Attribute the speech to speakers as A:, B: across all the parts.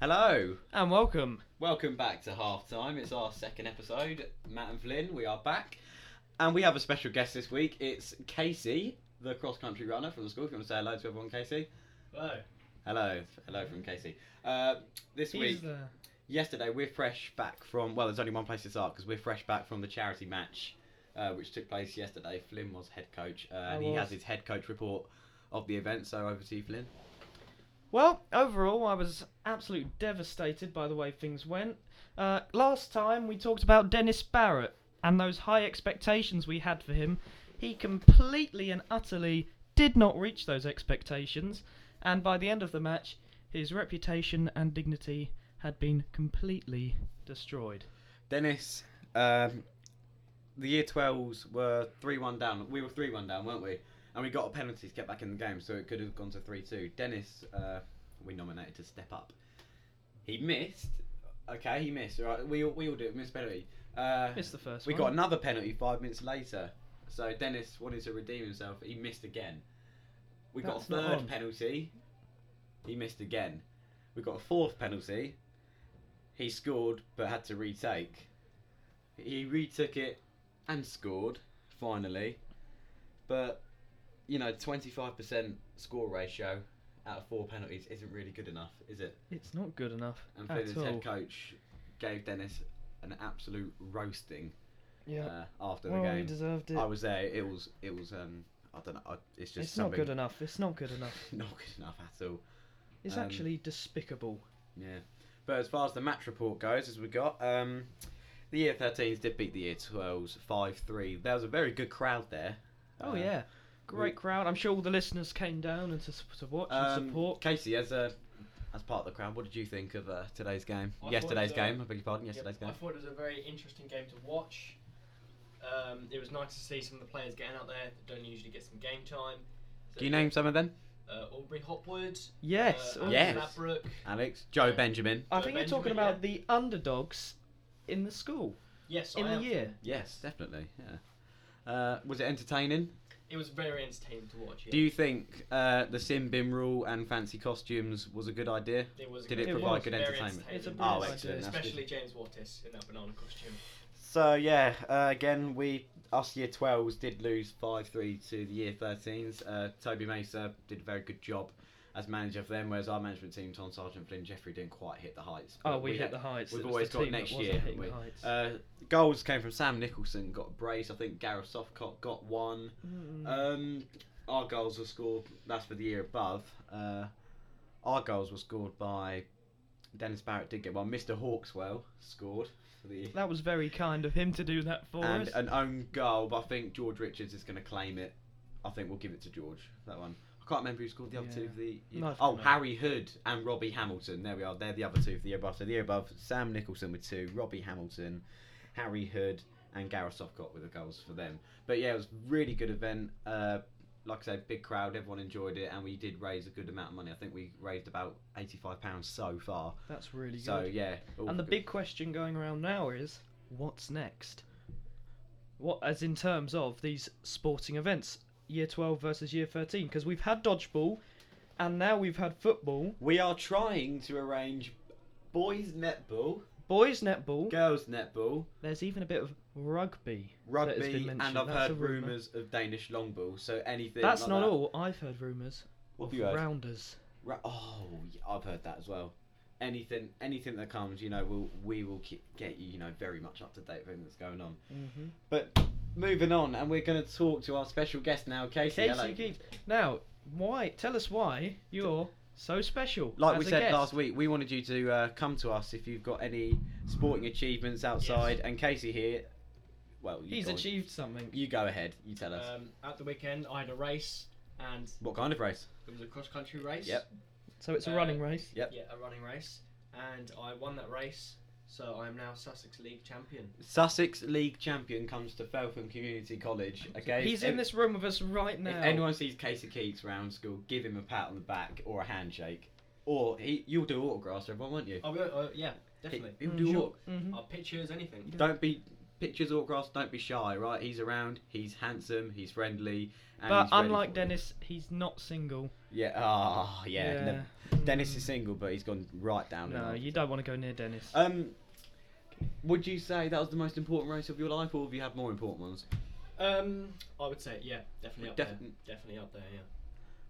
A: Hello.
B: And welcome.
A: Welcome back to Halftime. It's our second episode. Matt and Flynn, we are back. And we have a special guest this week. It's Casey, the cross country runner from the school. If you want to say hello to everyone, Casey.
C: Hello.
A: Hello. Hello from Casey. Uh, this week,
B: the
A: yesterday, we're fresh back from, well, there's only one place to start because we're fresh back from the charity match uh, which took place yesterday. Flynn was head coach uh, and he
B: was.
A: has his head coach report of the event. So over to you, Flynn.
B: Well, overall, I was absolutely devastated by the way things went. Uh, last time we talked about Dennis Barrett and those high expectations we had for him. He completely and utterly did not reach those expectations, and by the end of the match, his reputation and dignity had been completely destroyed.
A: Dennis, um, the year 12s were 3 1 down. We were 3 1 down, weren't we? And we got a penalty to get back in the game, so it could have gone to 3 2. Dennis, uh, we nominated to step up. He missed. Okay, he missed. Right, we all, we all do. Missed penalty. Uh,
B: Missed the first
A: we
B: one.
A: got another penalty five minutes later. So Dennis wanted to redeem himself. He missed again. We got a
B: That's not on.
A: third penalty. He missed again. We got a fourth penalty. He scored but had to retake. He retook it and scored finally. But you know, 25% score ratio out of four penalties isn't really good enough, is it?
B: It's not good enough
A: And
B: at
A: Flynn's
B: all.
A: head coach gave Dennis an absolute roasting uh, after
B: well,
A: the
B: he
A: game.
B: deserved it.
A: I was there. It was. It was. Um. I don't know. I, it's just
B: it's
A: something.
B: not good enough. It's not good enough.
A: not good enough at all.
B: It's
A: Um,
B: actually despicable.
A: Yeah. But as far as the match report goes, as we got, um, the year 13s did beat the year 12s 5 3. There was a very good crowd there.
B: Oh
A: Uh,
B: yeah, great crowd. I'm sure all the listeners came down and to, s- to watch
A: Um,
B: and support.
A: Casey, as a as part of the crowd, what did you think of uh, today's game?
C: I thought
A: yesterday's
C: so.
A: game. I beg your pardon. Yesterday's
C: I
A: game.
C: thought it was a very interesting game to watch. Um, it was nice to see some of the players getting out there that don't usually get some game time. So,
A: Can you name some of them?
C: Uh, Aubrey Hopwood.
B: Yes, oh,
C: Uh, Alex
A: Yes.
C: Ladbrook.
A: Alex, Joe
C: Yeah.
A: Benjamin.
B: I
C: So
B: think you're talking
C: Benjamin, yeah.
B: about the underdogs in the school
C: Yes,
B: in
C: I
B: the
C: am.
B: year.
A: Yes, definitely. Yeah. Uh, was it entertaining?
C: It was very entertaining to watch. Yeah.
A: Do you think uh, the sim bim rule and fancy costumes was a good idea?
C: it was a
A: did
C: good
B: it
C: game.
B: provide
C: was
A: good
C: very
A: entertainment?
C: entertaining.
B: It's a
A: Oh,
B: brilliant
A: excellent.
B: idea.
A: that's
C: Especially
A: good.
C: James Wattis in that banana costume.
A: So yeah, uh, again we us year twelves did lose five three to the year thirteens. Uh, Toby Mesa did a very good job as manager for them, whereas our management team, Tom Sargent, Flynn, Jeffrey didn't quite hit the heights.
B: Oh,
A: But
B: we, hit
A: had-
B: the heights.
A: we've
B: It was
A: always
B: the
A: got
B: team that
A: next
B: wasn't
A: year, haven't
B: hitting
A: we?
B: the heights.
A: Uh, goals came from Sam Nicholson, got a brace. I think Gareth Softcott got one.
B: Mm.
A: Um, our goals were scored. That's for the year above. Uh, our goals were scored by Dennis Barrett. Did get one. Mister Hawkswell scored for the
B: that was very kind of him to do that for
A: and
B: us.
A: an own goal. But I think George Richards is going to claim it. I think we'll give it to George that one. I can't remember who scored the other two
B: Yeah.
A: for the.
B: No, I've
A: oh,
B: got no.
A: Harry Hood and Robbie Hamilton. There we are. They're the other two for the year above. So the year above, Sam Nicholson with two, Robbie Hamilton, Harry Hood, and Gareth Softcott with the goals for them. But yeah, it was a really good event. Uh, like I said, big crowd. Everyone enjoyed it, and we did raise a good amount of money. I think we raised about eighty-five pounds so far.
B: That's really
A: So
B: good.
A: yeah. all
B: And the
A: good.
B: big question going around now is, what's next? What, as in terms of these sporting events, year 12 versus year 13, because we've had dodgeball, and now we've had football,
A: We are trying to arrange boys netball,
B: boys netball.
A: girls netball,
B: There's even a bit of rugby. that has been
A: rugby,
B: mentioned.
A: and I've
B: That's a
A: heard
B: rumour.
A: rumours of Danish longball. So anything.
B: That's
A: like
B: not
A: that.
B: all. I've heard rumours
A: What
B: of
A: have you heard?
B: rounders.
A: Ra- oh, yeah, I've heard that as well. Anything, anything that comes, you know, we'll, we will ke- get you, you know, very much up to date with everything that's going on.
B: Mm-hmm.
A: But moving on, and we're going to talk to our special guest now, Casey.
B: Casey
A: hello.
B: Keith. Now, why? Tell us why you're so special.
A: Like
B: as
A: we
B: a
A: said
B: guest.
A: last week, we wanted you to uh, come to us if you've got any sporting achievements outside. And Casey here, well, you
B: he's
A: go on.
B: achieved Uh, something.
A: You go ahead. You tell us.
C: Um, at the weekend, I had a race, and
A: what kind of race?
C: it was a cross country race.
A: Yep.
B: So it's a
C: uh,
B: running race.
A: Yep.
C: Yeah, a running race, and I won that race, so I am now Sussex League champion.
A: Sussex League champion comes to Feltham Community College. Okay.
B: He's in this room with us right
A: If
B: now.
A: anyone sees Casey Keats around school, give him a pat on the back or a handshake, or he, you'll do autographs for everyone, won't you?
C: Oh, yeah, uh, yeah, definitely.
A: He, will
B: Mm,
A: do
B: sure.
A: autog-
B: Mhm.
C: Our pictures, anything.
A: Don't be pictures autographs. Don't be shy, right? He's around. He's handsome. He's friendly. And
B: But
A: he's ready
B: unlike
A: for you.
B: Dennis, he's not single. Mm.
A: Yeah. Ah, yeah. no. Dennis is single, but he's gone right down. the
B: No,
A: line.
B: you don't want to go near Dennis.
A: Um, would you say that was the most important race of your life, or have you had more important ones?
C: Um, I would say yeah, definitely up
A: Defi-
C: there. Definitely up there. Yeah.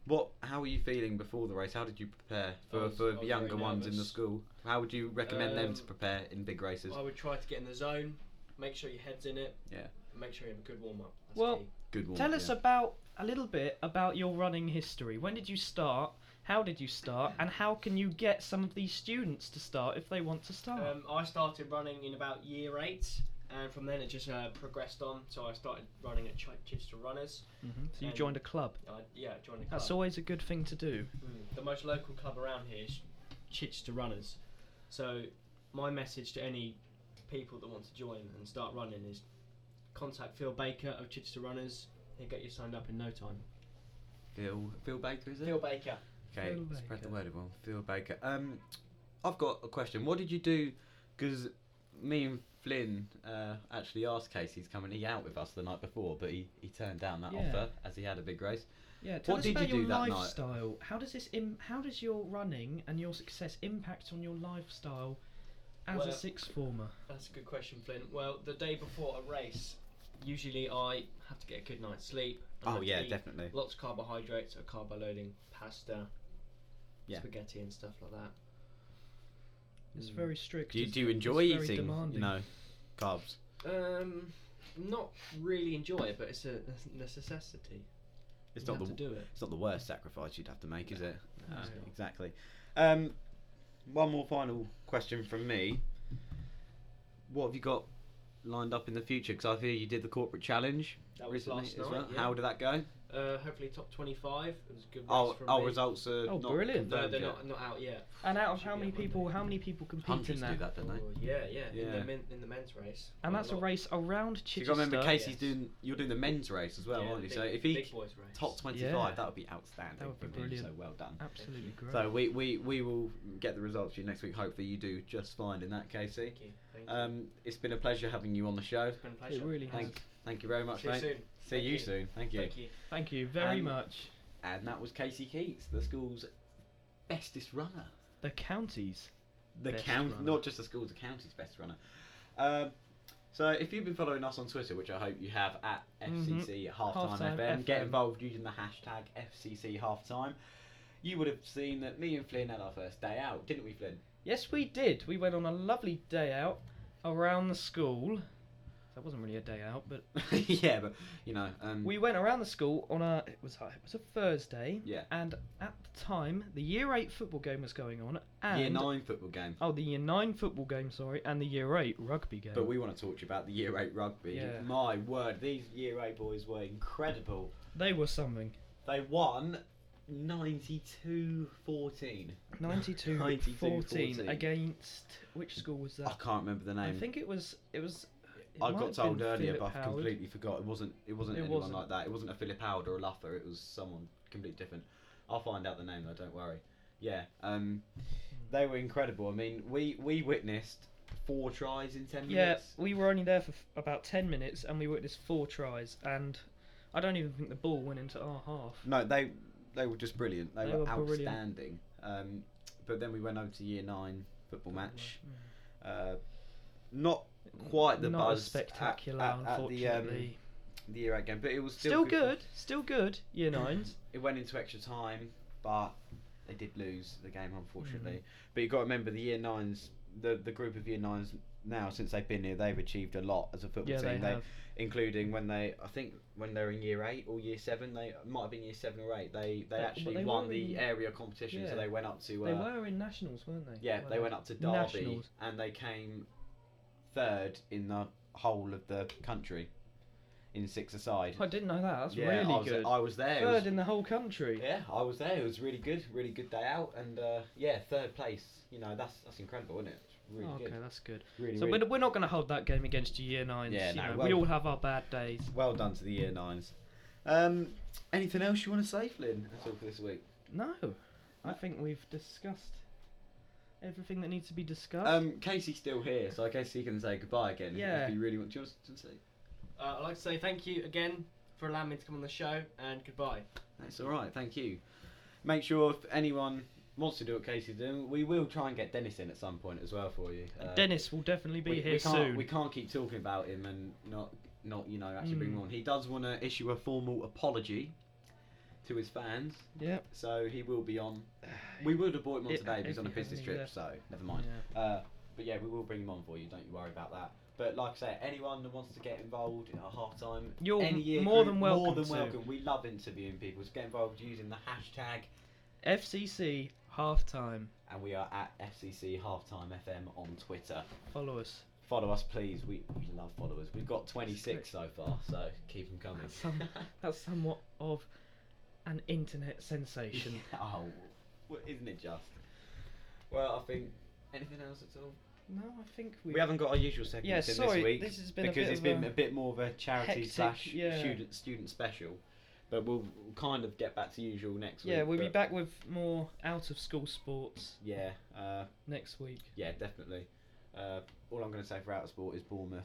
A: What? How were you feeling before the race? How did you prepare
C: I
A: for,
C: was- I
A: for
C: was
A: the
C: very
A: younger ones in the
C: nervous.
A: school? How would you recommend them to
C: Um,
A: prepare in big races?
C: I would try to get in the zone. Make sure your head's in it.
A: Yeah.
C: and make sure you have a good warm up. That's
B: Well,
C: key.
A: Good one.
B: Tell us about a little bit about your running history. When did you start? How did you start? And how can you get some of these students to start if they want to start?
C: Um, I started running in about year eight, and from then it just uh, progressed on. So I started running at Ch- Chichester Runners.
A: Mm-hmm.
B: Mhm. So you
C: um,
B: joined a club.
C: I, yeah, I joined the club.
B: That's always a good thing to do.
C: Mm. The most local club around here is Chichester Runners. So my message to any people that want to join and start running is contact Phil Baker of Chichester Runners. He'll get you signed up in no time.
A: Phil, Phil Baker, is it?
C: Phil Baker.
A: Okay,
B: Phil
A: spread the
B: Baker.
A: word everyone. Phil Baker. Um, I've got a question. What did you do? Because me and Flynn uh, actually asked Casey's coming he out with us the night before, but he, he turned down that
B: Yeah.
A: offer as he had a big race.
B: Yeah, tell
A: What
B: us
A: did
B: about
A: you do
B: your
A: that night?
B: lifestyle. How does this Im- how does your running and your success impact on your lifestyle as
C: Well-
B: a sixth former?
C: That's a good question, Flynn. Well, the day before a race, usually I have to get a good night's sleep. I have
A: Oh
C: to
A: yeah,
C: eat
A: definitely.
C: Lots of carbohydrates, so carbo loading, pasta,
A: Yeah.
C: spaghetti and stuff like that.
B: It's
A: Mm.
B: very strict.
A: Do you,
B: isn't
A: do you
B: it?
A: enjoy
B: it's Very
A: eating?
B: demanding.
A: No, carbs.
C: Um, not really enjoy it, but it's a nes- necessity.
A: It's
C: you
A: not the
C: have to do it.
A: it's not the worst sacrifice you'd have to make, is it?
C: No.
A: exactly. Um, one more final question from me. What have you got lined up in the future? Because I hear you did the corporate challenge
C: That was
A: recently
C: last
A: as
C: night.
A: well.
C: yeah.
A: How Oh, did that go?
C: Uh, hopefully top 25. It was a good race
A: Our,
C: from
A: our
C: me.
A: results are
B: Oh,
A: not
B: brilliant.
C: No,
A: confirmed
C: they're
A: yet.
C: not, not out yet.
B: And out of
C: Should
B: how
C: be
B: many
C: on Monday.
B: people? How many people compete in
A: Hundreds do
B: that?
A: that, don't they?
C: Oh, yeah, yeah, In
A: Yeah.
C: the men, in the men's race.
B: And that's a
C: lot.
B: race around
A: So you
B: Chichester.
A: gotta remember, Casey's
C: yes.
A: doing you're doing the men's race as well,
C: Yeah,
A: aren't you?
C: big-
A: So if he
C: big boys race.
A: top 25,
B: Yeah.
A: that would be outstanding.
B: That would
A: for
B: be
A: him,
B: brilliant.
A: So well done.
B: Absolutely great.
A: So we, we, we will get the results for you next week. Hopefully you do just fine in that, Casey.
C: Thank you. Thank you.
A: Um, it's been a pleasure having you on the show.
C: it's been a pleasure.
B: it really has.
A: Thank, thank you very much,
C: See you
A: mate.
C: soon.
A: See
C: Thank
A: you soon. Thank you.
C: Thank you.
B: Thank you very
A: And-
B: much.
A: And that was Casey Keats, the school's bestest runner.
B: The counties.
A: The
B: Best
A: count,
B: runner.
A: not just the school's, the county's best runner. Um, so if you've been following us on Twitter, which I hope you have at
B: Mhm.
A: FCC Halftime
B: Halftime
A: FM, get
B: FM.
A: involved using the hashtag FCC Halftime. You would have seen that me and Flynn had our first day out, didn't we, Flynn?
B: Yes, we did. We went on a lovely day out around the school. That wasn't really a day out, but
A: yeah, but you know, um,
B: we went around the school on a it was uh, it was a Thursday,
A: yeah,
B: and at the time the year eight football game was going on, and
A: year nine football game.
B: oh the year nine football game, sorry, and the year eight rugby game.
A: But we want to talk to you about the year eight rugby.
B: Yeah.
A: My word, these year eight boys were incredible.
B: they were something.
A: They won 92 14.
B: 92,
A: 92-14.
B: 14 against which school was
A: I
B: that?
A: can't remember the
B: I
A: name.
B: think it was it was. it
A: I
B: might
A: got
B: have been
A: told earlier,
B: Philip
A: but I've
B: Howard.
A: completely forgot. It wasn't. It wasn't
B: It
A: anyone
B: wasn't.
A: like that. It wasn't a Philip Howard or a Luffer. It was someone completely different. I'll find out the name though. Don't worry. Yeah. Um,
B: Hmm.
A: they were incredible. I mean, we we witnessed four tries in ten
B: Yeah,
A: minutes.
B: we were only there for f- about 10 minutes and we witnessed four tries, and I don't even think the ball went into our half.
A: No, they they were just brilliant. They,
B: They
A: were,
B: were brilliant.
A: outstanding. Um, but then we went over to year nine football match. Uh, not quite the
B: Mm. Not
A: buzz
B: as
A: at-
B: spectacular,
A: at, at the, um,
B: unfortunately.
A: the year eight game, but it was still,
B: still, good, still good, year nines.
A: It went into extra time, but they did lose the game unfortunately.
B: Mm-hmm.
A: But you got to remember the year nines, the the group of year nines now since they've been here, they've achieved a lot as a football
B: yeah,
A: team.
B: they have.
A: including when they, I think when they're in year eight or year seven, they it might have been year seven or eight. They they
B: They-
A: actually
B: they
A: won
B: were
A: the
B: in-
A: area competition, so
B: yeah.
A: they went up to. Uh,
B: They were in nationals, weren't they?
A: Yeah,
B: Were
A: they went up to Derby
B: Nationals.
A: and they came third in the whole of the country in six aside.
B: I didn't know that. That's
A: yeah,
B: really
A: I was,
B: good.
A: I was there. It was-
B: Third in the whole country.
A: yeah, I was there. It was really good, really good day out, and uh, yeah, third place. You know, that's that's incredible, isn't it? It's really
B: Oh, okay,
A: good.
B: that's good.
A: Really,
B: So
A: really
B: we're, we're not going to hold that game against your year nines.
A: Yeah,
B: you
A: no,
B: know,
A: well-
B: we all have our bad days.
A: well done to the year nines. Um, anything else you want to say, Flynn? That's all for this week.
B: No, I think we've discussed everything that needs to be discussed?
A: Um, Casey's still here, so I guess he can say goodbye again. if-
B: Yeah.
A: If you really want do you want to say.
C: Uh, I'd like to say thank you again for allowing me to come on the show, and goodbye.
A: That's all right. Thank you. Make sure if anyone wants to do what Casey's doing, we will try and get Dennis in at some point as well for you. Uh,
B: Dennis will definitely be
A: we,
B: here
A: we can't,
B: soon.
A: We can't keep talking about him and not not you know actually bring him
B: Mm.
A: on. He does want to issue a formal apology to his fans,
B: Yeah.
A: so he will be on. We would have brought him on
B: If-
A: today, but
B: if
A: he's on a
B: he hadn't
A: business
B: he
A: trip,
B: left.
A: so never mind.
B: Yeah.
A: Uh, but yeah, we will bring him on for you. Don't you worry about that. But like I say, anyone that wants to get involved in our half time,
B: You're
A: any year
B: more
A: group,
B: than
A: More
B: welcome
A: than
B: to.
A: welcome. We love interviewing people. So get involved using the hashtag,
B: FCC halftime.
A: and we are at FCC Halftime FM on Twitter.
B: Follow us.
A: Follow us, please. We, we love followers. We've got 26 so far, so keep them coming.
B: That's, some, that's somewhat of an internet sensation.
A: oh, well, isn't it just? Well, I think anything else at all.
B: no, I think we.
A: We, haven't got our usual segments
B: Yeah,
A: in
B: sorry.
A: this week.
B: This has been a
A: because
B: bit
A: it's
B: of
A: been
B: a-
A: a bit more of a charity
B: hectic-
A: slash
B: yeah.
A: student student special, but we'll kind of get back to usual next week.
B: Yeah, we'll be
A: but-
B: back with more out of school sports
A: Yeah, uh,
B: next week.
A: yeah, definitely. Uh, all I'm going to say for out of sport is Bournemouth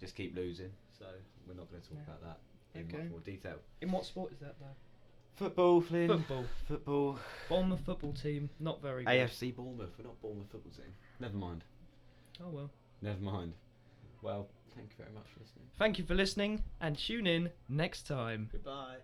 A: just keep losing, so we're not going to talk
B: Yeah.
A: about that in
B: Okay.
A: much more detail.
B: In what sport is that though?
A: Football, Flynn.
B: Football.
A: Football.
B: Bournemouth football team, not very good.
A: AFC Bournemouth. We're not Bournemouth football team. Never mind.
B: Oh well.
A: Never mind. Well, thank you very much for listening.
B: Thank you for listening and tune in next time.
A: Goodbye.